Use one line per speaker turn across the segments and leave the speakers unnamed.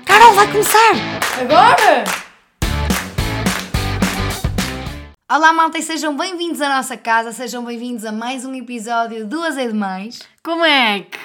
Então vai começar!
Agora?
Olá malta e sejam bem-vindos à nossa casa, sejam bem-vindos a mais um episódio Duas é Demais.
Como é que?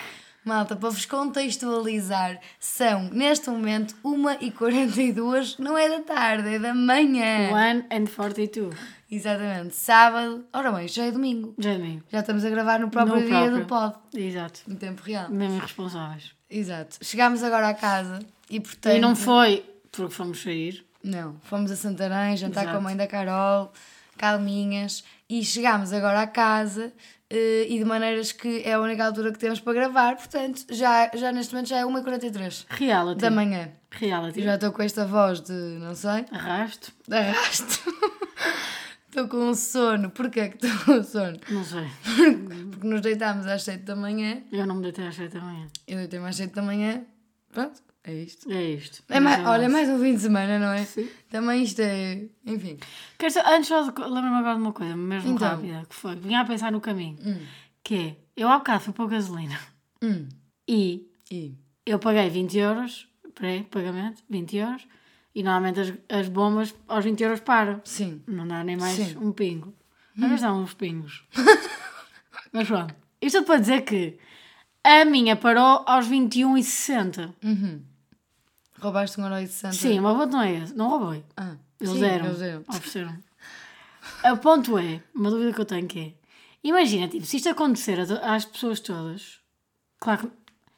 Malta, para vos contextualizar, são neste momento 1h42, não é da tarde, é da manhã.
One and 42.
Exatamente, sábado, ora bem, já é domingo.
Já é meio.
Já estamos a gravar no próprio
No
dia
próprio.
do pod,
Exato.
no tempo real.
Mesmo responsáveis.
Exato, chegámos agora à casa e portanto...
E não foi porque fomos sair.
Não, fomos a Santarém jantar
Exato.
com a mãe da Carol, calminhas, e chegámos agora à casa eh, e de maneiras que é a única altura que temos para gravar, portanto, já, já neste momento já é 1h43
Reality.
da manhã.
Reality.
Eu já estou com esta voz de, não sei,
Arrasto?
de arrasto. Estou com um sono. Porquê que estou com um sono?
Não sei. Uhum.
Porque nos deitámos às 7 da manhã,
Eu não me deitei às 7 da manhã.
eu deitei-me às 7 da manhã, pronto, é isto.
É isto.
É mais,
Mas,
olha, é
ah,
mais um fim de semana, não é?
Sim.
Também isto é. Enfim.
Quero só- antes só de co- lembro-me agora de uma coisa, mesmo
Então.
rápida, que foi. Vinha a pensar no caminho. Que é, eu há bocado fui para gasolina
Hum.
e
E.
eu paguei 20 euros, pré-pagamento, 20 euros, e normalmente as, as bombas aos 20 euros param.
Sim.
Não dá nem mais
Sim.
um pingo. Às vezes dá uns pingos. Mas pronto. Isto é para dizer que a minha parou aos 21,60.
Roubaste um euro de Santa?
Sim, mas o ponto não é esse. Não roubei.
Ah,
Eles
sim,
deram.
Eles deram.
Ofereceram. O ponto é, uma dúvida que eu tenho que é, imagina, tipo, se isto acontecer a to- às pessoas todas, claro que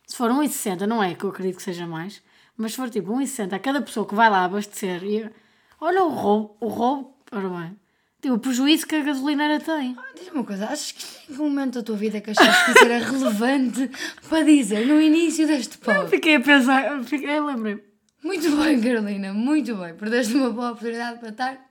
se for 1,60, não é que eu acredito que seja mais, mas se for tipo 1,60 a cada pessoa que vai lá abastecer, e, olha o roubo, o roubo, ora bem, tipo, o prejuízo que a gasolineira tem.
Ah, Diz-me uma coisa, achas que em que momento da tua vida que achaste que isso era relevante para dizer no início deste pod?
Fiquei a pensar, fiquei, eu lembrei-me.
Muito bem, Carolina, muito bem. Perdeste uma boa oportunidade para estar.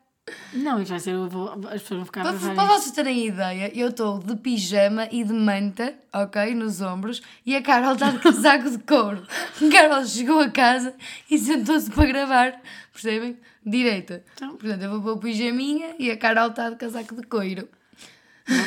Não, isto vai ser, eu vou- as pessoas vão ficar a
Para,
pensar
para
nisto.
vocês terem ideia, eu estou de pijama e de manta, ok? Nos ombros, e a Carol está de casaco de couro. A Carol chegou a casa e sentou-se para gravar, percebem? Direita.
Então.
Portanto, eu vou pôr o pijaminha e a Carol está de casaco de couro. tá.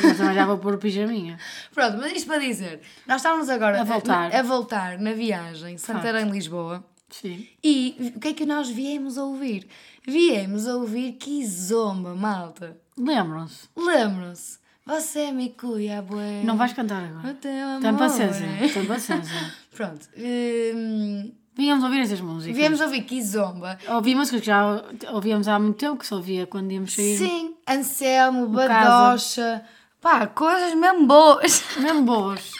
Mas também já vou pôr o pijaminha.
Pronto, mas isto para dizer, nós estávamos agora
A voltar.
a, voltar na viagem Santarém-Lisboa
Sim.
e o que é que nós viemos a ouvir? Viemos a ouvir que zomba, malta.
Lembram-se.
Lembram-se? Você me cuia, bué.
Não vais cantar agora.
O teu amor.
Tem paciência,
é?
tem paciência.
Pronto, hum,
Vínhamos ouvir essas músicas.
viemos a ouvir que zomba.
Ouvi músicas que já ouvíamos há muito tempo, que só ouvia quando íamos sair.
Sim, Anselmo,
Casa.
Badocha. Pá, coisas mesmo boas.
Mesmo boas.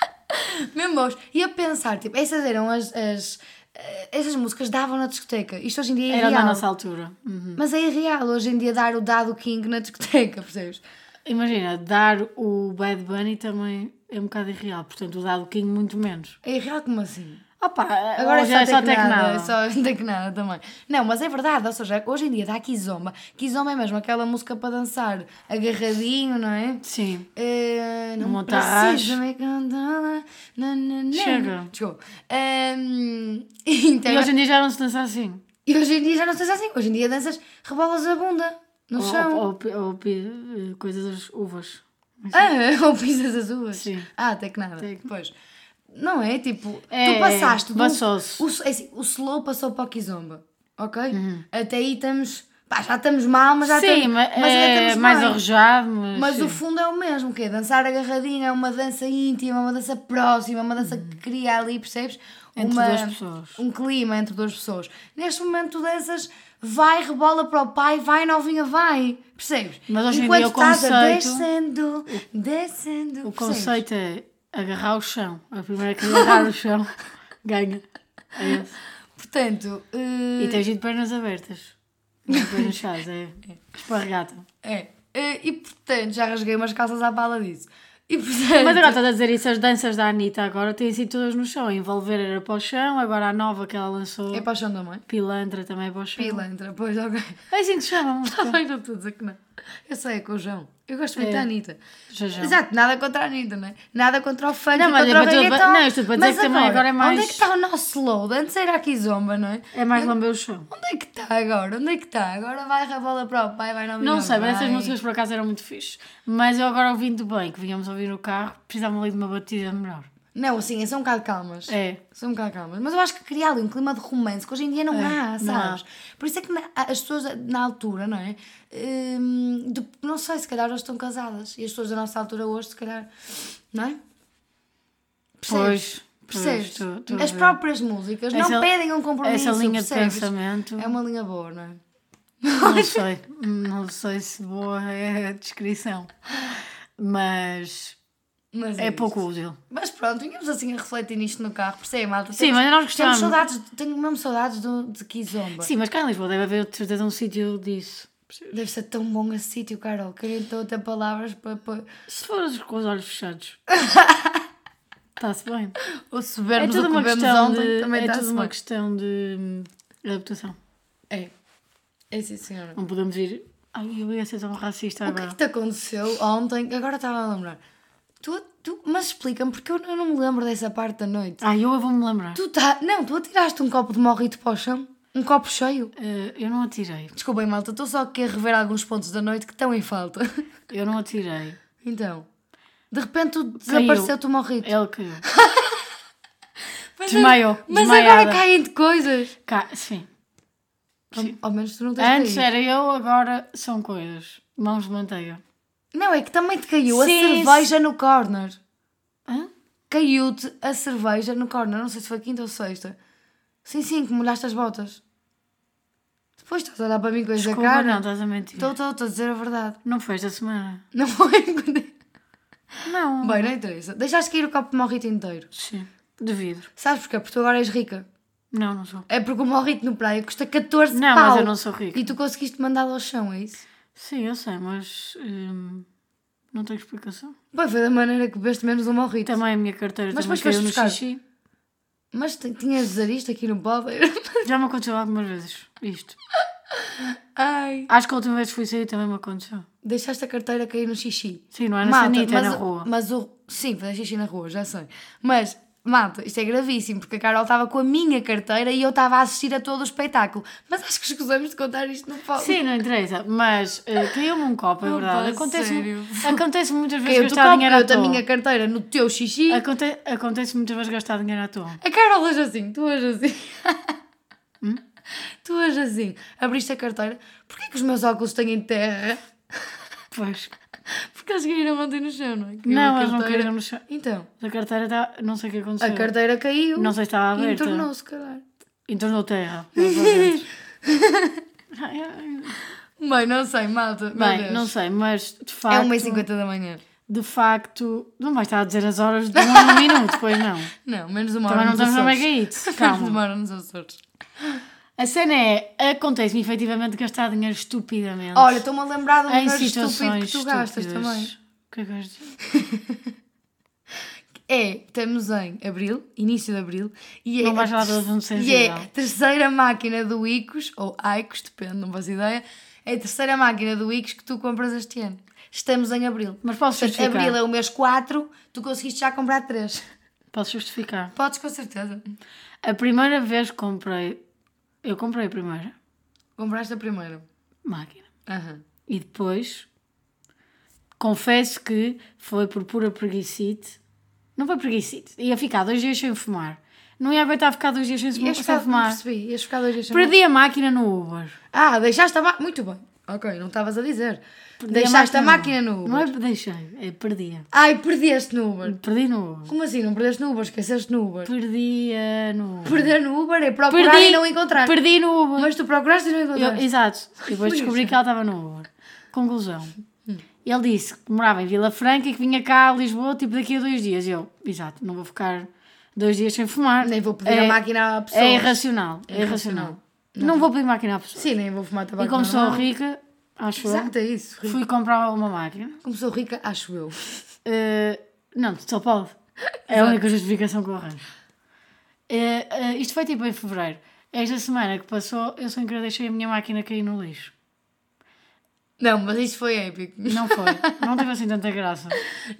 Mesmo hoje. E a pensar, tipo, essas eram as. as eh, essas músicas davam na discoteca. Isto hoje em dia é
Era da
real.
nossa altura. Uhum.
Mas é irreal hoje em dia dar o dado King na discoteca, percebes?
Imagina, dar o Bad Bunny também é um bocado irreal. Portanto, o dado King muito menos.
É irreal como assim?
Opa,
Agora
hoje é só
até que nada,
tecnada.
é Só até que nada também. Não, mas é verdade, ou seja, hoje em dia dá Kizomba. Kizomba é mesmo aquela música para dançar agarradinho, não é?
Sim.
Eh, não
Monta
precisa
arrasto.
me cantar. na, na, na.
Chega.
Desculpa. Ehm, então,
E hoje em dia já não se dança assim.
E hoje em dia já não estás assim. Hoje em dia danças, rebolas a bunda no
Ou-
chão.
Ou, ou, ou pi- coisas das uvas.
Ah, ou pisas as uvas.
Sim.
Ah, até que nada.
Até que-
Pois. Não é? Tipo,
É,
tu passaste. do-
passou-se.
o, é assim, o slow passou para o Kizomba. Ok? Até aí estamos. Pá, já estamos mal, mas já
Uhum. sim,
estamos.
mas,
ainda
é
estamos
mais
bem.
arrojado. Mas,
Mas
sim.
o fundo é o mesmo, que é dançar agarradinho, é uma dança íntima, uma dança próxima, é uma dança que cria ali, percebes?
Uhum. Entre
uma,
duas pessoas.
Um clima entre duas pessoas. Neste momento tu danças, vai, rebola para o pai, vai, novinha, vai, percebes?
Mas hoje em
Enquanto
dia o
estás a
conceito-
descendo, descendo,
O conceito é agarrar o chão. A primeira que é agarrar o chão ganha. É esse.
Portanto, eh,
E tens de pernas abertas. Não pernas chaves, é esparregata.
é. Eh, e portanto, já rasguei umas calças à bala disso. E portanto...
Mas agora estás a dizer isso, as danças da Anitta agora têm sido todas no chão. Envolver era para o chão, agora a nova que ela lançou,
É paixão da mãe?
Pilantra também é para o chão.
Pilantra, pois, ok.
É assim que se chama a música.
Também não estou a dizer que não. Eu sei, é com o João. Eu gosto muito
É.
da Anitta.
Jojão.
Exato, nada contra a Anitta, não é? Nada contra o funk,
Não, mas
contra
eu
o
estou-
reggaeton.
não, eu estou para dizer
Mas
que também agora é mais-
Onde é que está o nosso load? Antes era aqui zomba, não é?
É mais lamber o chão.
Onde é que está agora? Onde é que está? Agora vai a bola para o pai, vai na
Não sei, mas essas
vai.
músicas por acaso eram muito fixe. Mas eu agora ouvindo bem, que vínhamos ouvir no carro, precisava ali de uma batida melhor.
Não, assim, são um bocado calmas.
É.
São um bocado calmas. Mas eu acho que cria ali um clima de romance que hoje em dia não
É,
há,
não há.
sabes? Por isso é que na- as pessoas na altura, não é? Hum, de- não sei, se calhar hoje estão casadas. E as pessoas da nossa altura hoje, se calhar, não é?
Pois.
Percebes?
pois, estou- estou a
as
ver.
próprias músicas
Essa-
não pedem um compromisso.
Essa linha de
percebes?
pensamento.
É uma linha boa, não é?
Não sei. Não sei se boa é a descrição. Mas
Mas
é
isto.
pouco útil.
Mas pronto, tínhamos assim a refletir nisto no carro, percebe, malta?
Sim,
Temos-
mas nós
Temos
gostamos.
saudades, tenho mesmo saudades do, de Kizomba.
Sim, mas cá em Lisboa deve haver de certeza um sítio disso.
Deve ser tão bom esse sítio, Carol, que eu nem estou a ter palavras para. para...
Se fores com os olhos fechados. Está-se bem.
Ou se
É
vermos
tudo uma questão de.
também
É
está
tudo uma questão de hum, adaptação.
É. É sim, senhora.
Não podemos ir. Ai, eu ia ser tão racista
O que é
agora.
que te aconteceu ontem? Agora estava a lembrar. Tu, tu, mas explica-me, porque eu não, eu não me lembro dessa parte da noite.
Ai, eu vou-me lembrar.
Tu tá, não, tu atiraste um copo de morrito para o chão? Um copo cheio?
Eh, eu não atirei.
Desculpem, malta, estou só aqui a rever alguns pontos da noite que estão em falta.
Eu não atirei.
Então, de repente tu desapareceu-te o morrito.
Ele caiu.
Mas,
Desmaiou,
Mas
desmaiada.
agora caem de coisas.
Cá, sim. Sim.
Ao menos tu não tens
Antes
caído.
era eu, agora são coisas. Mãos de manteiga.
Não, é que também te caiu
Sim,
a cerveja no corner.
Hã?
é Caiu-te a cerveja no corner. Não sei se foi quinta ou sexta. Sim, sim, que molhaste as botas. Depois estás a olhar para mim com essa
Desculpa, não,
cara.
estás a mentir.
Estou, estou, estou a dizer a verdade.
Não foi esta semana.
Não foi quando-
Não.
Bem, não interessa. Deixaste cair o copo de morrito inteiro.
Sim. De vidro.
Sabes porquê? Porque tu agora és rica.
Não, não sou.
É porque o morrito no praia custa 14
Não,
pau.
mas eu não sou rica.
E tu conseguiste mandá-lo ao chão, é isso?
Sim, eu sei, mas. hum, não tenho explicação.
Bem, foi da maneira que bebeste menos um morrito.
Também a minha carteira
Mas
também
depois
caiu no
foste buscar.
xixi.
Mas t- tinhas zarista aqui no bóveda.
Já me aconteceu algumas vezes isto.
Ai.
Acho que a última vez que fui sair também me aconteceu.
Deixaste a carteira cair no xixi.
Sim, não é na
Malta,
sanita, é
mas
na
o-
rua.
Mas o. Sim, fazer xixi na rua, já sei. Mas, malta, isto é gravíssimo, porque a Carol estava com a minha carteira e eu estava a assistir a todo o espetáculo. Mas acho que escusamos de contar isto no palco.
Sim, não interessa, mas eh, caiu-me um copo, é
Opa,
verdade. Acontece,
sério.
acontece muitas vezes
eu
gastar dinheiro à
da
toa.
minha carteira no teu xixi. A,
Aconte- acontece muitas vezes gastar dinheiro à toa.
Carol hoje assim, tu hoje assim.
Hum?
Tu hoje assim. Abriste a carteira. Porquê que os meus óculos têm terra?
Pois.
Porque eles caíram ontem no chão, não é? Caiu
Não,
a
eles não
carteira.
caíram no chão.
Então,
A carteira está. Não sei o que aconteceu.
a carteira caiu.
Não sei se estava
E
aberta.
entornou-se, caralho.
Entornou terra. lá para dentro. Ai, ai.
Bem, não sei, malta. meu
Bem,
Deus.
não sei, mas de
É
facto.
1h50 da manhã.
De facto. Não vais estar a dizer as horas de um minuto, pois não.
Não, menos uma hora.
Também não
nos
estamos na
Açores.
Mega Hits.
Menos
Calma.
uma hora nos Açores.
A cena é. Acontece-me efetivamente gastar dinheiro estupidamente.
Olha, estou-me a lembrar de um
em
dinheiro estúpido
situações
que tu gastas também.
O que é que vais dizer?
É, estamos em abril, início de abril. E é
Não vais
a
falar
ter-
do assunto
E é
sensível.
a terceira máquina do Icos, ou Icos, depende, não faço ideia. É a terceira máquina do Icos que tu compras este ano. Estamos em abril.
Mas posso
Portanto,
justificar.
abril é o mês 4, tu conseguiste já comprar 3.
Posso justificar.
Podes com certeza.
A primeira vez que comprei. Eu comprei a primeira
Compraste a primeira.
máquina.
Aham.
E depois. Confesso que foi por pura preguicite. Não foi preguicite. Ia ficar dois dias sem fumar. Não ia aguentar ficar dois dias sem, sem
Ias ficar, não
fumar.
percebi, ias ficar dois dias sem
Perdi a máquina no Uber.
Ah, deixaste a máquina. Muito bem. Ok, não estavas a dizer.
Perdi
deixaste a máquina no Uber.
Não é deixei, é perdi-a.
Ai, perdeste no Uber.
Perdi no Uber.
Como assim? Não perdeste no Uber? Esqueceste no Uber.
Perdi-a no Uber.
Perder no Uber é procurar e não encontrar.
Perdi no Uber.
Mas tu procuraste e não
Eu-
encontraste.
exato. E depois descobri que ela estava no Uber. Conclusão.
Hum.
Ele disse que morava em Vila Franca e que vinha cá a Lisboa tipo daqui a dois dias. Eu, exato, não vou ficar dois dias sem fumar.
Nem vou pedir a máquina à pessoa.
É irracional. É irracional. Não, vou pedir máquina à pessoa.
Sim, nem vou fumar tabaco.
e como sou
normal.
rica, acho
Exato, é isso.
eu,
rica.
fui comprar uma máquina.
Como sou rica, acho eu.
Eh, não, só pode. É a única justificação que eu arranjo. Eh, eh, isto foi tipo em fevereiro. Esta semana que passou, eu sem querer deixei a minha máquina cair no lixo.
Não, mas isto foi épico.
Não foi. Não teve assim tanta graça.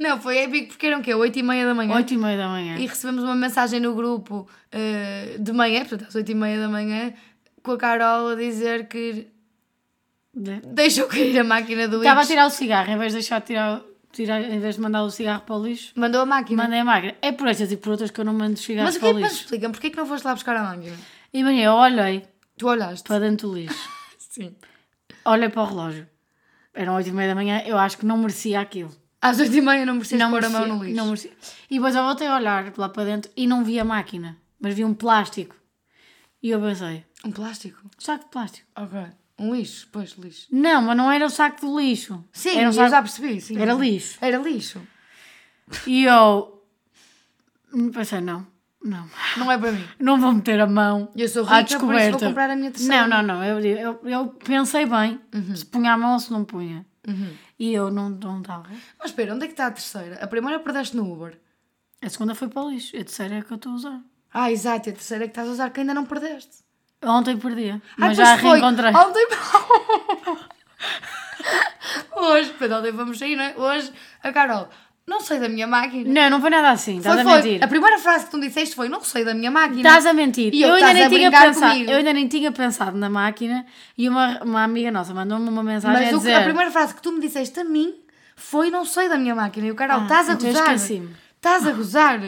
Não, foi épico porque eram o quê? 8 e meia da manhã.
8 e meia da manhã.
E recebemos uma mensagem no grupo eh, de manhã, portanto às 8 e meia da manhã, com a Carol a dizer que
De-
deixou cair a máquina do
Estava a
Ix.
tirar o cigarro, em vez de deixar de tirar o- tirar, em vez de mandar o cigarro para o lixo,
Mandou a máquina.
mandei a máquina. É por estas e por outras que eu não mando cigarros
Mas o que
para
é
o
que me
lixo.
explicam? Porquê é que não foste lá buscar a máquina?
Imagina, eu olhei
Tu olhaste?
para dentro do lixo,
Sim.
olhei para o relógio. Eram 8 e meia da manhã, eu acho que não merecia aquilo.
Às oito e meia não precisas
não
pôr a
merecia,
mão no lixo.
Não merecia. E depois eu voltei a olhar lá para dentro e não vi a máquina, mas vi um plástico. E eu pensei,
Um plástico?
saco de plástico.
Ok. Um lixo? Pois, lixo.
Não, mas não era o saco do lixo.
Sim,
era um
eu
saco...
já percebi. Sim.
Era lixo.
Era lixo.
E eu hum, pensei, não, não.
Não é para mim.
Não vou meter a mão
Eu sou
à
rica, por isso
descoberta.
vou comprar a minha terceira. Uhum.
Não, não, não. Eu, eu, eu pensei bem se punha a mão ou se não punha. E eu não não estava.
Mas espera, onde é que está a terceira? A primeira perdeste no Uber.
a segunda foi para o lixo. A terceira é a que eu estou a usar.
Ah, exato. E a terceira é que estás a usar que ainda não perdeste.
Ontem perdi.
Ah,
Mas
pois
já a
foi.
reencontrei.
Ontem... Hoje, pera, ontem vamos sair, não é? Hoje, a Carol, não sei da minha máquina.
Não, não foi nada assim. Estás
Foi,
a
foi. A
mentir.
primeira frase que tu me disseste foi, não sei da minha máquina.
Estás a mentir.
E
eu,
eu,
ainda
estás
nem
a
tinha
brincar
pensado,
comigo.
eu ainda nem tinha pensado na máquina e uma, uma amiga nossa mandou-me uma mensagem
Mas
a
o-
dizer...
a primeira frase que tu me disseste a mim foi não sei da minha máquina. E o Carol,
Ah,
estás a
então
gozar.
esqueci-me.
Estás a gozar.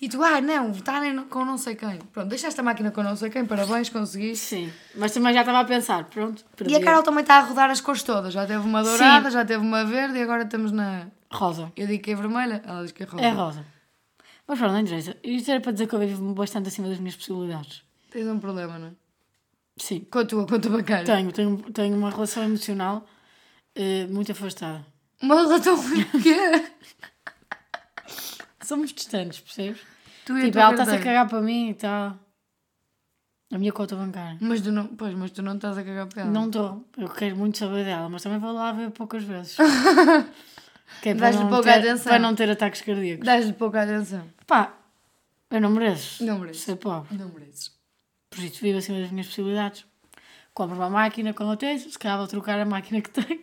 E tu, ah, não, está nem com não sei quem. Pronto, deixaste a máquina com não sei quem, parabéns, conseguiste.
Sim, mas também já estava a pensar, pronto.
E a Carol também está a rodar as cores todas. Já teve uma dourada, já teve uma verde e agora estamos na.
Rosa.
Eu digo que é vermelha, ela diz que é rosa.
É rosa. Mas pronto, não interessa. Isto era para dizer que eu vivo bastante acima das minhas possibilidades.
Tens um problema, não é?
Sim.
Com a tua, com a tua cara.
Tenho, tenho, tenho uma relação emocional eh, muito afastada.
Uma relação o quê?
Somos distantes, percebes?
Tu e
tipo,
a
ela
tua
está-se a
carteira.
cagar para mim e está. A minha conta bancária.
Mas tu não, pois, mas tu não estás a cagar para ela.
Não estou. Eu quero muito saber dela, mas também vou lá ver poucas vezes. que é para,
Dás-lhe
não
pouca
ter,
atenção.
para não ter ataques cardíacos.
Dás-lhe pouca atenção.
Pá, eu não mereço.
Não mereço.
Ser pobre.
Não mereces.
Por isso vivo acima das minhas possibilidades. Compro uma máquina quando eu tenho, se calhar vou trocar a máquina que tenho.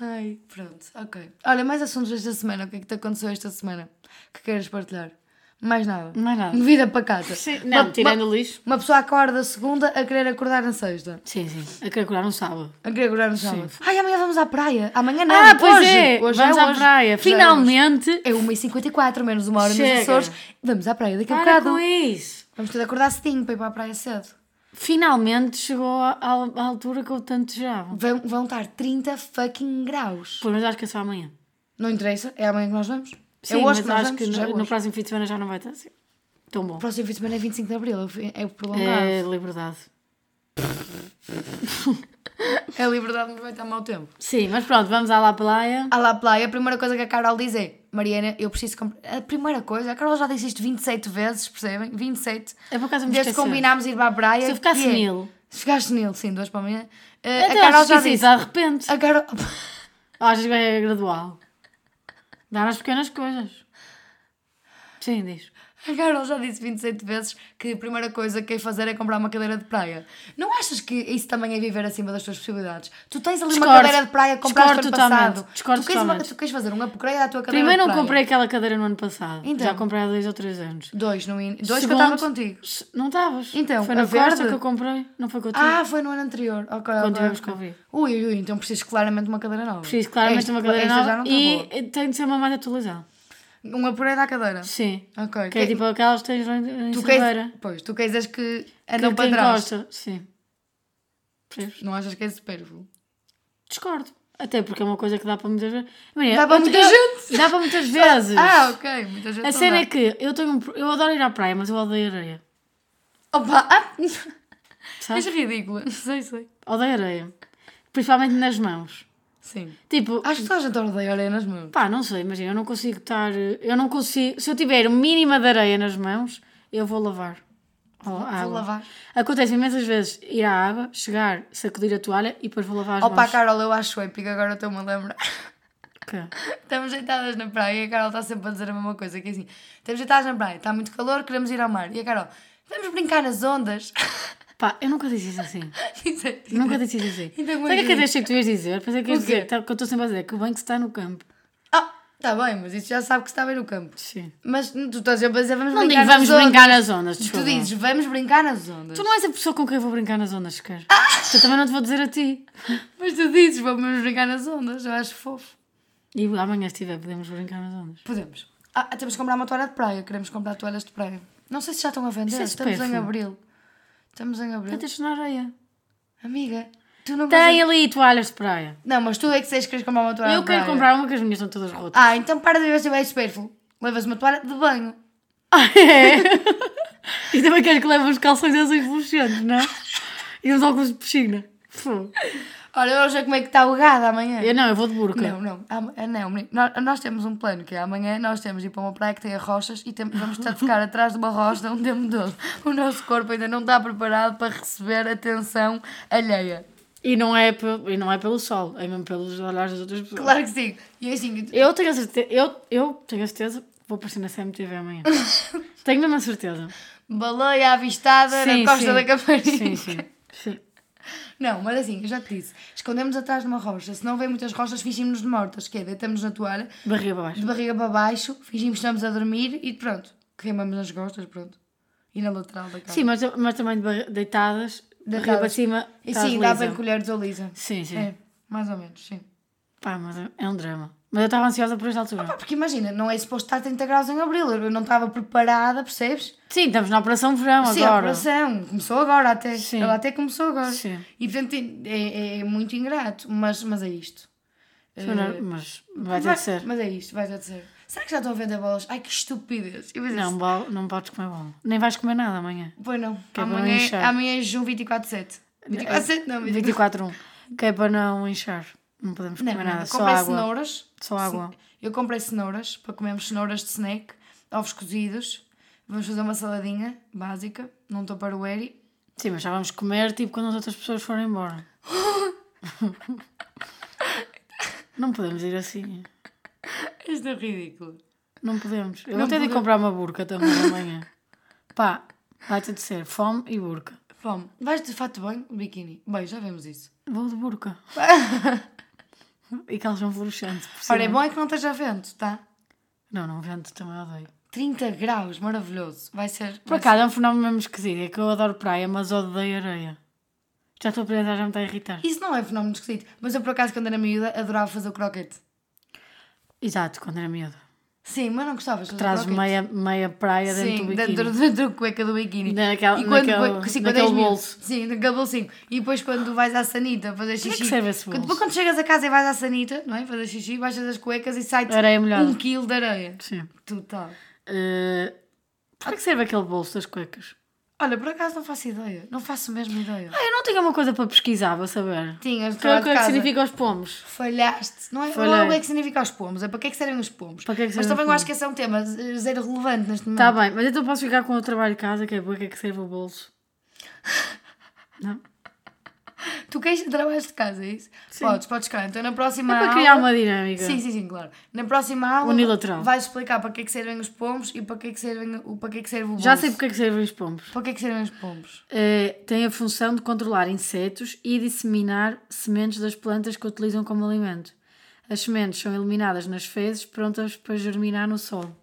Ai, pronto, ok. Olha, mais assuntos desta semana. O que é que te aconteceu esta semana que queiras partilhar? Mais nada.
Mais é nada.
Vida para casa.
Não,
Uma-
tirando
uma,
o lixo.
uma pessoa acorda segunda a querer acordar na sexta.
Sim, sim. A calcular no sábado.
A querer acordar no sábado. Ai, amanhã vamos à praia. Amanhã não.
Ah, pois
hoje.
é!
Hoje
Vamos
é
à
hoje.
praia.
Hoje é
Finalmente.
hoje. É 1h54, menos uma hora
Chega.
nos Açores. Vamos à praia daqui a
Para com
bocado.
isso!
Vamos ter de acordar cedinho para ir para a praia cedo.
Finalmente chegou à, à- à altura que eu tanto desejava.
Vão, vão estar 30 fucking graus.
Pois, mas acho que é só amanhã.
Não interessa, é amanhã que nós vamos.
Sim,
é hoje
mas
que nós
acho
vamos.
que
já é
no,
hoje.
no próximo fim de semana já não vai estar assim. Tão bom.
O próximo fim de semana é 25 de Abril, é o prolongado.
É
É,
liberdade. É.
a liberdade, mas vai estar mau tempo.
Sim, mas pronto, vamos à La Playa.
À La Playa, a primeira coisa que a Carol diz é: Mariana, eu preciso comprar. A primeira coisa, a Carol já disse isto 27 vezes, percebem? 27.
É por acaso me
Desde que
esquecer.
combinámos ir para a praia.
Se eu ficasse Então,
que é-
nil.
Se ficasse nil, sim, duas para amanhã. Eh,
Até
a Carol já disse.
de repente.
A Carol.
Às vezes é gradual. Dar as pequenas coisas. Sim, diz.
A Carol já disse 27 vezes que a primeira coisa que é fazer é comprar uma cadeira de praia. Não achas que isso também é viver acima das tuas possibilidades? Tu tens ali uma
Discordo.
cadeira de praia que compraste
Discordo
ano passado.
totalmente. Discordo
tu, queres uma-
totalmente.
tu queres fazer um upgrade à tua cadeira
Primeiro
de
não
praia?
comprei aquela cadeira no ano passado.
Então.
Já comprei há dois ou três anos.
Dois, no in...
Segundo-
dois que eu estava contigo.
S- Não estavas.
Então,
foi
a
na festa
verde-
que eu comprei. Não foi contigo.
Ah, foi no ano anterior. Ok, ok,
tivemos
ok.
Covid.
Ui, ui, então preciso claramente de uma cadeira nova.
Preciso claramente
Esta-
uma cadeira
esta já
nova.
não tá
E
está
tem de ser uma mais atualizada.
boa. Um upgrade à cadeira.
Sim.
Ok.
Que é tipo aquelas que tens lá em
tu
Silveira.
queres... Pois, tu queres as que
Que
andam
que
para trás.
encosta. Sim. Percebes?
Não achas que é supérfluo?
Discordo. Até porque é uma coisa que dá para muitas vezes. Imagina,
Dá para
eu-
muita
eu-
gente.
Dá para muitas vezes.
Ah, ok. Muita gente
A
não
cena
dá.
é que eu tenho um pro- Eu adoro ir à praia, mas eu odeio areia.
Opa, ah, és
Sabes?
ridícula. Sei, sei.
Odeio areia. Principalmente nas mãos.
Sim.
Tipo,
Acho que toda a gente odeia areia nas mãos.
pá, não sei, imagina, eu não consigo estar. eh, Eu não consigo. Se eu tiver mínima de areia nas mãos, eu vou lavar. Ou água.
lavar.
Acontece imensas vezes ir à água, chegar, sacudir a toalha e depois vou lavar as
Opa,
mãos.
Carol, eu acho épico, agora estou-me a lembrar.
Que-
Estamos deitadas na praia e a Carol está sempre a dizer a mesma coisa, que é assim, estamos deitadas na praia, está muito calor, queremos ir ao mar. E a Carol, vamos brincar nas ondas.
Pá, eu nunca disse isso assim.
Dizem-
Nunca disse isso assim.
Então,
Sabe o que é que eu
imagina.
deixei que tu ias dizer? Pensei que ias
O quê?
dizer, tá- que eu estou sempre a dizer, que o banco está no campo.
Ah, está bem, mas isso já sabe que está bem no campo.
Sim.
Mas tu estás sempre a dizer, vamos
Não digo,
brincar
vamos
nas ondas.
brincar nas ondas, desculpa.
Tu dizes, vamos brincar nas ondas.
Tu não és a pessoa com quem eu vou brincar nas ondas, quer? Eu também não te vou dizer a ti.
Mas tu dizes, vamos brincar nas ondas, eu acho fofo.
E amanhã, se tiver, podemos brincar nas ondas.
Podemos. Ah, temos que comprar uma toalha de praia. Queremos comprar toalhas de praia. Não sei se já estão a vender.
Isso é
Estamos em
supérfluo.
abril. Estamos em abril.
Deitas na areia.
Amiga, tu não vais.
Tem ali toalhas de praia.
Não, mas tu é que sabes que queres comprar uma toalha
Eu
de
quero
praia.
comprar uma que as minhas estão todas rotas.
Ah, então para de ver se vai supérfluo. Levas uma toalha de banho.
Ah, é? e também queres que leve os calções azuis fluorescentes, não é? E uns óculos de piscina. Fogo.
Olha, eu não sei como é que está o gado amanhã.
Eu não, eu vou de burca.
Não, não. Ama- ah, não menino. Nós, nós temos um plano que é amanhã nós temos de ir para uma praia que tenha rochas e tem- vamos estar de ficar atrás de uma rocha um tempo todo. O nosso corpo ainda não está preparado para receber atenção alheia.
E, não é pe- e não é pelo sol, é mesmo pelos olhares das outras pessoas.
Claro que sim. E é assim,
Eu tenho a certeza, eu, eu tenho a certeza que vou aparecer na CMTV amanhã. tenho mesmo a certeza.
baleia avistada na costa da Caparica.
Sim, sim. sim.
Não, mas assim, eu já te disse, escondemos atrás de uma rocha. Se não vem muitas rochas, fingimos-nos de mortas, que é deitamos na toalha,
Barriga
de
abaixo.
barriga para baixo, fingimos que estamos a dormir e pronto. Queimamos as costas, pronto. E na lateral da cara.
Sim, mas, mas também de barri- deitadas, barriga
Deitadas.
para cima.
E
estás
sim, dá
tá lisa.
para colher desolisa.
Sim, sim.
É, mais ou menos, sim.
Pá, mas é- é um drama. Mas eu estava ansiosa por esta altura.
Pá, porque imagina, não é suposto estar 30 graus em abril, eu não estava preparada, percebes?
Sim, estamos na Operação Verão
Sim, a
agora.
operação começou agora até.
Sim.
Ela até começou agora.
Sim.
E portanto é, é muito ingrato, mas, mas é isto.
Foi na- Mas vai ter de ser.
Mas é isto, vai ter de ser. Será que já estão a vender bolas? Ai que estupidez. Eu vou dizer assim,
Não, bolo- não podes comer bola. Nem vais comer nada amanhã.
Pois não.
é para não
amanhã,
inchar.
amanhã é jejum 24-7. 24-7 não, 24
24 1 Que é para não inchar. Não podemos comer
não, não.
nada.
Eu
Só
comprei
água.
cenouras.
Só água.
Eu comprei cenouras para comermos cenouras de snack, ovos cozidos. Vamos fazer uma saladinha básica. Não estou para o Eri.
Sim, mas já vamos comer tipo quando as outras pessoas forem embora. não podemos ir assim.
Isto é ridículo.
Não podemos. Eu vou ter de comprar uma burca também amanhã. Pá, vai ter de ser fome e burca.
Fome. Vais de fato bem, um biquíni. Bem, já vemos isso.
Vou de burca. e calção fluorescente. por
Ora, é
cima.
bom é que não esteja vento, tá?
Não, não, vento também odeio.
30 graus, maravilhoso. Vai ser.
Por acaso é um fenómeno mesmo esquisito. É que eu adoro praia, mas odeio areia. Já estou a pensar, já me está a irritar.
Isso não é fenómeno esquisito. Mas eu, por acaso, quando era miúda, adorava fazer o croquete.
Exato, quando era miúdo.
Sim, mas não gostavas de fazer
Trazes
croquete.
meia, meia praia dentro do
Sim,
biquíni.
dentro, dentro da cueca do biquíni.
Naquela- naquele-
depois- sim,
naquele
és miúdo.
bolso. é
Sim, naquele bolsinho. E depois quando vais à sanita fazer xixi.
que serve esse
quando- Depois
bolso?
quando chegas a casa e vais à sanita, não é? Fazer xixi, baixas as cuecas e sai-te
Areia molhada.
um quilo de areia.
Sim.
Total.
Eh, para que serve aquele bolso das cuecas?
Olha, por acaso não faço ideia. Não faço mesmo ideia.
Ah, eu não tinha uma coisa para pesquisar, para saber.
Tinhas de
Para o
trabalho de
que é que
casa.
significa os pomos?
Falhaste. Não é, não é
Falhei.
o que é que significa os pomos, é para que é que servem os pomos.
Para que é que
Mas
servem
também
os
eu acho que esse é um tema eh, zero relevante neste momento.
Está bem, mas então posso ficar com o trabalho de casa, que é para que é que serve o bolso? Não?
Tu queres trabalhos de casa, é isso?
Sim.
Podes, podes cá. Então na próxima
É para
aula-
criar uma dinâmica.
Sim, sim, sim, claro. Na próxima aula
Unilateral.
vais explicar para que é que servem os pombos e para que é que servem o para que é que serve o
Já
bolso.
sei porque é que servem os pomos.
Para que é que servem os pombos?
Eh, tem a função de controlar insetos e disseminar sementes das plantas que utilizam como alimento. As sementes são eliminadas nas fezes, prontas para germinar no solo.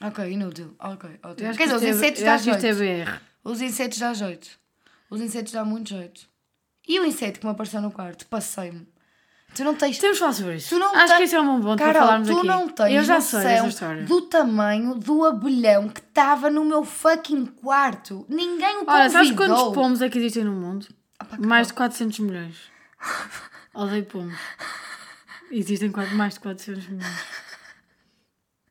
Ok, inútil. Ok,
Eu
ótimo.
acho
Quer dizer,
que
os
isto é-
insetos
eu
dá
acho que isto é
jeito.
BR.
Os insetos dá jeito. Os insetos dá muito jeito. E o inseto que me apareceu no quarto? Passei-me. Tu não tens...
Temos de falar sobre isso.
Tu não
acho
tens-
que esse é um bom ponto para
Carol,
falarmos
tu
aqui.
não tens
Eu já sei essa
noção
história.
do tamanho do abelhão que estava no meu fucking quarto. Ninguém o convidou.
Olha, sabes quantos pomos é que existem no mundo?
Ah, pá,
mais de 400 milhões. Odeio pomos. Existem quase- mais de 400 milhões.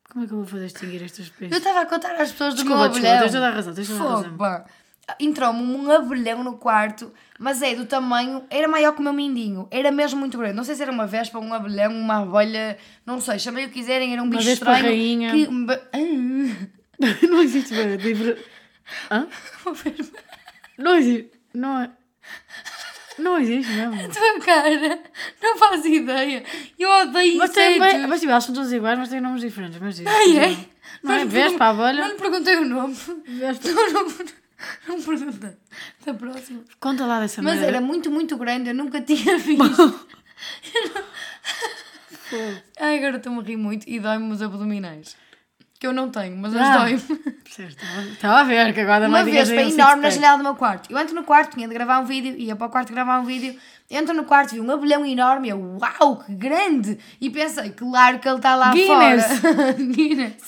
Como é que eu vou fazer extinguir estas
Eu
espécies?
estava a contar às pessoas do
Desculpa,
meu
desculpa,
abelhão.
tens toda a razão, tens toda a razão.
Fogo, pá. Entrou-me um abelhão no quarto, mas é do tamanho, era maior que o meu mindinho, era mesmo muito grande. Não sei se era uma vespa, um abelhão, uma abelha, não sei, chamei o que quiserem, era um bicho
vespa
estranho.
rainha.
Que... Ah,
não existe bem. Livre... Hã?
Uma vespa
Não existe. Não é. Não existe mesmo.
na tua cara, não faz ideia. Eu odeio
Mas, tem,
insetos.
bem- mas tipo, elas são todas iguais, mas têm nomes diferentes. Mas existe.
Ai, ai.
Não é?
Mas
Vespa,
Não
abelha.
lhe perguntei o nome.
Vespa.
Não, não, não me perguntei. Da próxima.
Conta lá dessa
Mas era
maneira.
muito, muito grande, eu nunca tinha visto.
Mas era.
Ai, agora estou-me a rir muito e dói-me os abdominais. Que eu não tenho, mas
Ah.
hoje dói-me.
Certo, estava a ver que agora é
Uma
mais
vez foi um enorme na janela do meu quarto. Eu entro no quarto, tinha de gravar um vídeo, ia para o quarto gravar um vídeo, entro no quarto, vi um abelhão enorme, eu, uau, que grande! E pensei, claro que ele está lá
Guinness.
fora. Guinness!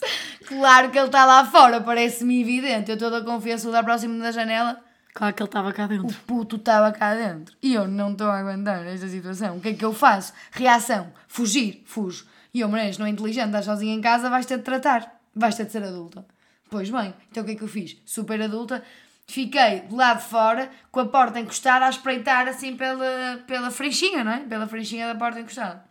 Claro que ele está lá fora, parece-me evidente. Eu toda confiança lá próximo da janela,
Claro que ele estava cá dentro.
puto estava cá dentro. E eu não estou a aguentar esta situação. O que é que eu faço? Reação, fugir, fujo. E eu, Maranhas, não é inteligente, estás sozinha em casa, vais ter de tratar, vais ter de ser adulta. Pois bem, então o que é que eu fiz? Super adulta, fiquei do lado de fora, com a porta encostada, a espreitar assim pela, pela frechinha, não é? Pela frechinha da porta encostada.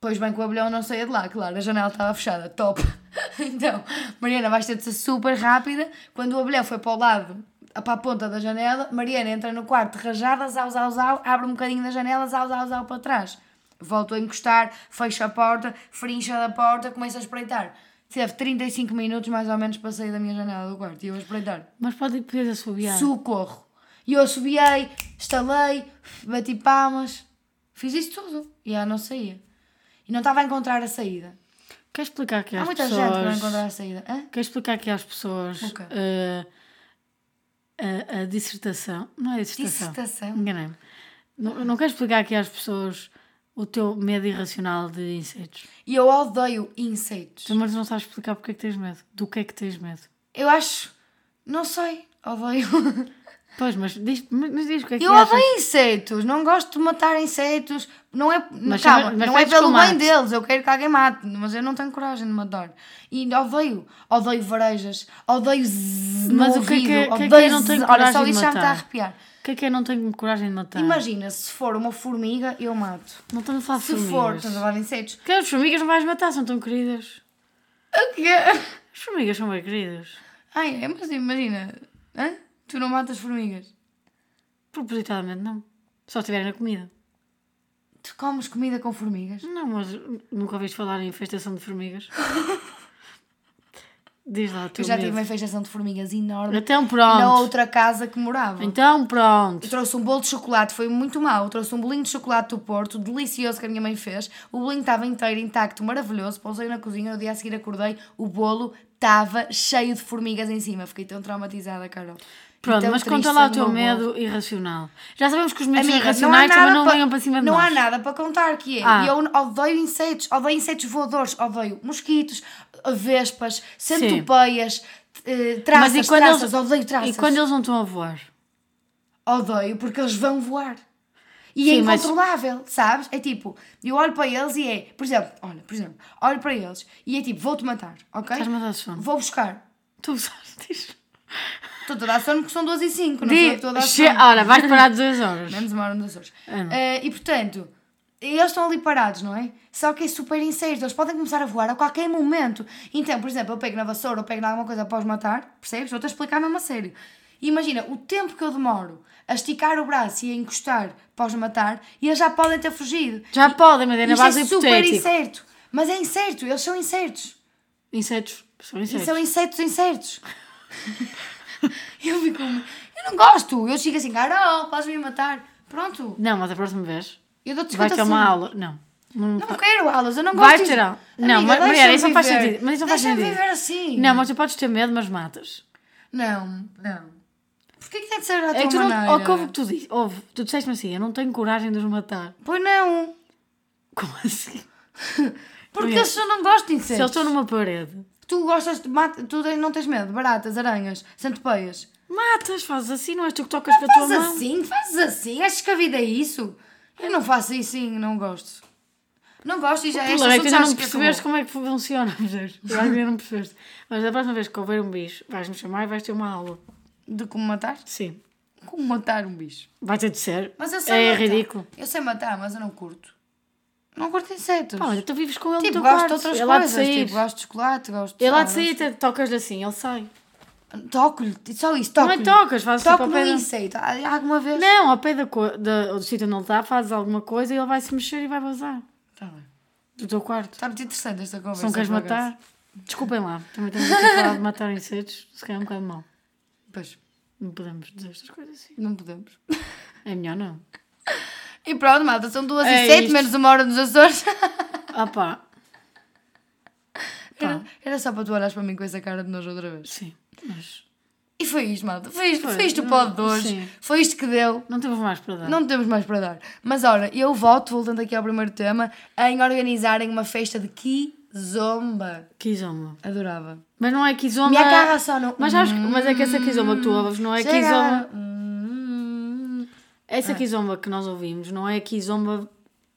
Pois bem, que o abelhão não saía de lá, claro, a janela estava fechada, top. Então, Mariana, vais ter de ser super rápida. Quando o abelhão foi para o lado, para a ponta da janela, Mariana entra no quarto de rajadas, zau, zau, zau, abre um bocadinho da janela, zau, zau, zau para trás. Volto a encostar, fecho a porta, frincha da porta, começo a espreitar. Teve 35 minutos mais ou menos para sair da minha janela do quarto e eu a espreitar.
Mas pode poder assobiar.
Socorro! E eu assobiei, estalei, bati palmas, fiz isso tudo. E ela não saía. E não estava a encontrar a saída.
Quer explicar aqui
Há
às
muita
pessoas...
gente que não encontra a saída. Hã?
Quer explicar aqui às pessoas
O quê?
eh, a, a dissertação? Não é dissertação.
Dissertação.
Enganei-me. Não, não quero explicar aqui às pessoas o teu medo irracional de insetos.
E eu odeio insetos.
Tu, Mas não sabes explicar porque é que tens medo. Do que é que tens medo.
Eu acho. Não sei. Odeio.
Pois, mas diz, mas mas diz o que é que
Eu
achas.
odeio insetos. Não gosto de matar insetos. Não é.
Mas
calma,
chama- mas
não é
queres que eu
pelo bem
mate?
deles. Eu quero que alguém mate. Mas eu não tenho coragem de matar. E odeio. Odeio varejas. Odeio. zzz no
Mas o que é que-
ouvido,
o que é que
odeio
eu não tenho
zzz. Olha, só
coragem de
isso já me está a
matar? Ah.
arrepiar.
O que é que eu não tenho coragem de matar?
Imagina, se for uma formiga, eu mato.
Não estamos a falar de
Se for,
formigas.
estás a falar de insetos.
Porque as formigas não vais matar, são tão queridas.
O quê?
As formigas são bem queridas.
Ai, é, mas imagina, hã? tu não matas formigas.
Propositadamente não. Só estiverem na comida.
Tu comes comida com formigas?
Não, mas nunca ouviste falar em infestação de formigas. Diz lá o teu
Eu já
medo.
tive uma infestação de formigas enorme
Então pronto.
na outra casa que morava.
Então pronto.
Eu trouxe um bolo de chocolate, foi muito mau. Eu trouxe um bolinho de chocolate do Porto, delicioso que a minha mãe fez. O bolinho estava inteiro, intacto, maravilhoso. Pousei na cozinha, no dia a seguir acordei, o bolo estava cheio de formigas em cima. Fiquei tão traumatizada, Carol. E
Pronto,
tão
mas
triste
conta lá o
do
teu
meu bolo.
medo irracional. Já sabemos que os medos
Amiga,
irracionais
há
também
nada
não
pa-
venham para cima de
não
nós.
há nada para contar que é.
Ah.
E eu odeio insetos, odeio insetos voadores, odeio mosquitos, vespas, centopeias, eh, traças, traças, odeio
E
traças.
quando eles não estão a voar?
Odeio porque eles vão voar. E é
Sim, mas-
incontrolável, sabes? É tipo, eu olho para eles e é, por exemplo, olha, por exemplo, olho para eles e é tipo, vou-te matar, ok?
Estás-me a dar sono.
Vou buscar.
Tu sabes
Estou a dar sono porque são 12 e 5, não sou eu que estou a dar
disso.
sono.
Ora, vais parar duas horas.
Menos uma hora nos Açores.
Ah, não.
Eh, e portanto, eles estão ali parados, não é? Só que é super incerto, eles podem começar a voar a qualquer momento. Então, por exemplo, eu pego na vassoura ou pego em alguma coisa para os matar, percebes? Vou-te explicar mesmo a sério. Imagina o tempo que eu demoro a esticar o braço e a encostar para os matar e eles já podem ter fugido.
Já podem, mas é na
Isto
base
é super
hipotética.
incerto. Mas é incerto, eles são incertos.
Insetos. São
E
insetos.
são insetos incertos. eu fico. Eu não gosto. Eu chego assim, Carol, podes me matar. Pronto.
Não, mas a próxima vez
Eu dou-te
vai
50
ter uma
cêntimos.
aula. Não. Não,
Não quero aulas, eu não gosto
Vai
disso.
ter aulas. Não, mas- Maria,
deixa-me
isso não faz
viver.
sentido, mas isso não faz
Deixa-me
sentido.
viver assim.
não, mas tu podes ter medo, mas matas.
Não, não. Porquê que tem de ser à
É que tu
tua
não.
maneira?
Ou que houve que tu disse. Houve. Tu disseste-me assim, eu não tenho coragem de os matar.
Pois não.
Como assim?
Porque
Maria,
eu só não gosto de
Se
insetos.
eles estão numa parede,
Tu gostas de... Mata... Tu tens- não tens medo de baratas, aranhas, centopeias.
matas, fazes assim, não és tu que tocas com a tua
Fazes
mão.
assim, fazes assim. Achas que a vida é isso? Eu não faço isso, sim, não gosto. Não gosto e já
O
este
problema é que
assunto
tu já
acho
não
que
percebeste
acabou.
como é que funciona, percebes? Eu acho que ainda não percebeste. Mas da próxima vez que houver um bicho, vais-me chamar e vais ter uma aula.
De como matar?
Sim.
Como matar um bicho.
Vai ter de ser.
Mas eu sei
é
matar.
ridículo.
Eu sei matar, mas eu não curto. Não curto insetos.
Pá, olha, Ah, tu vives com ele
Tipo,
no teu
gosto
quarto.
de outras
ele há de
coisas.
sair.
Tipo, gosto de chocolate, gosto de.
ele há de
sabres.
sair, te- tocas-lhe assim, ele sai.
Toco-lhe, só isso,
Não
toco-lhe.
é tocas, fazes tipo
Toco
ao
no
pé da-
inseto. Há- Alguma vez?
Não, ao pé da co- da- do sítio onde ele está, fazes alguma coisa e ele vai se mexer e vai vazar
Tá bem.
do teu quarto.
Está muito interessante esta conversa.
Se não queres
por acaso.
matar, desculpem lá. Também estamos aqui a falar de matar insetos, se calhar é um bocado mal.
Pois,
Não podemos dizer estas coisas assim.
não podemos.
É melhor não.
E pronto, malta, são duas
É
e sete,
isto.
menos uma hora nos Açores.
Ah pá. Pá.
Era, Era só para tu olhares para mim com essa cara de nós outra vez.
Sim, mas
E foi isto, malta. Foi isto,
Foi,
foi isto o
não-
pod de hoje.
sim.
Foi isto que deu.
não temos mais para dar.
Não temos mais para dar. Mas ora, eu voto, voltando aqui ao primeiro tema, em organizarem uma festa de Kizomba.
Kizomba.
Adorava.
Mas não é Kizomba.
Minha cara só "Hum, não-
Mas, sabes, mas é que essa Kizomba que tu ouves não é
Chega.
Kizomba.
Hum.
Essa Kizomba que nós ouvimos não é Kizomba.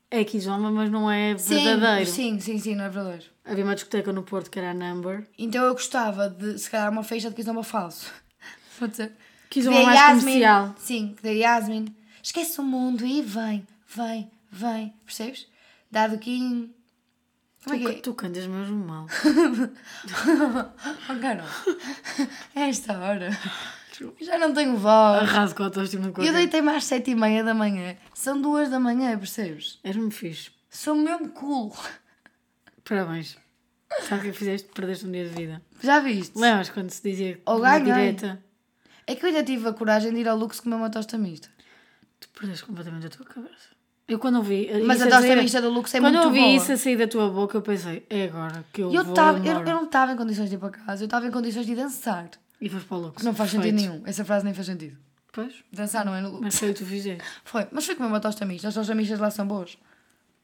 É Kizomba, mas não é
Sim,
verdadeiro.
Sim, sim, sim, não é verdadeiro.
Havia uma discoteca no Porto que era a Number.
Então eu gostava de, se calhar, uma festa de Kizomba falso. Pode ser.
Kizomba é
Da
mais comercial.
Sim, da Yasmin. Esquece o mundo e vem, vem, vem. Percebes? Dá do Kim. Como é que
Tu,
é?
tu cantas mesmo mal.
Oh, Carol. É esta hora. Já não tenho voz.
Arraso com a autoestima de
Eu
qualquer.
deitei-me às sete e meia da manhã. São duas da manhã, percebes?
És-me fixe.
Sou mesmo cool.
Parabéns. Sabe o que é que fizeste? Perdeste um dia de vida.
Já viste?
Lembras quando se dizia
Ou
na
ganhei.
direita?
É que eu ainda tive a coragem de ir ao Lux comer uma tosta mista.
Tu perdeste completamente a tua cabeça. Eu quando ouvi. eh,
Mas
isso
a tosta
dizer-
mista do Lux é
Quando
muito
eu ouvi
boa.
isso a sair da tua boca, eu pensei, é agora que eu,
Eu,
vou
tava, eu,
embora.
eu não estava em condições de ir para casa, eu estava em condições de dançar.
E foste para o Lux.
Não faz
Perfeito.
sentido nenhum. Essa frase nem faz sentido.
Pois,
Dançar não é no
mas foi o que tu fizeste.
Foi, mas foi comer uma tosta mista. As tosta mistas lá são boas.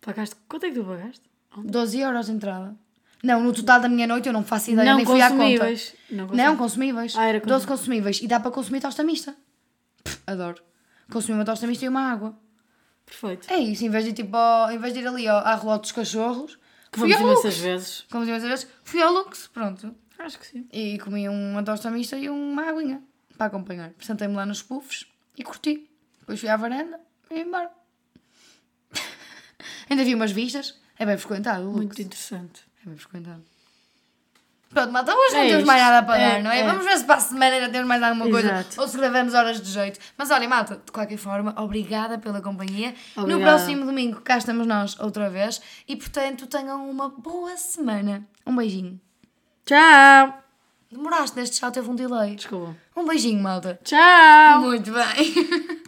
Pagaste, quanto é que tu pagaste?
12 euros de entrada. Não, no total da minha noite eu não faço ideia,
Não
nem fui à conta.
consumíveis. Não
Não,
consumíveis.
consumíveis.
Ah, era
12 consumíveis. E dá para consumir tosta mista. Pff, adoro. Consumi uma tosta mista e uma água.
Perfeito.
É isso, em vez de, ir, tipo, ao- em vez de ir ali ao, à rua dos cachorros,
Que
fui
vamos
ao Lux.
imensas vezes.
Como dizem muitas vezes, fui ao Lux, pronto.
Acho que sim.
E comi uma tosta mista e uma aguinha para acompanhar. Sentei-me lá nos puffs e curti. Depois fui à varanda e ia embora. Ainda vi umas vistas. É bem frequentado o Lux.
Muito interessante.
É bem frequentado. Pronto, malta, hoje não
É
temos
isto.
mais nada para
É,
dar, não é?
é.
Vamos ver se para a semana ainda temos mais alguma coisa.
Exato.
Ou se gravamos horas de jeito. Mas olha, malta, de qualquer forma, obrigada pela companhia. No
Obrigada.
próximo domingo cá estamos nós outra vez. E portanto, tenham uma boa semana. Um beijinho.
Tchau.
Demoraste neste tchau, teve um delay.
Desculpa.
Um beijinho, malta.
Tchau.
Muito bem.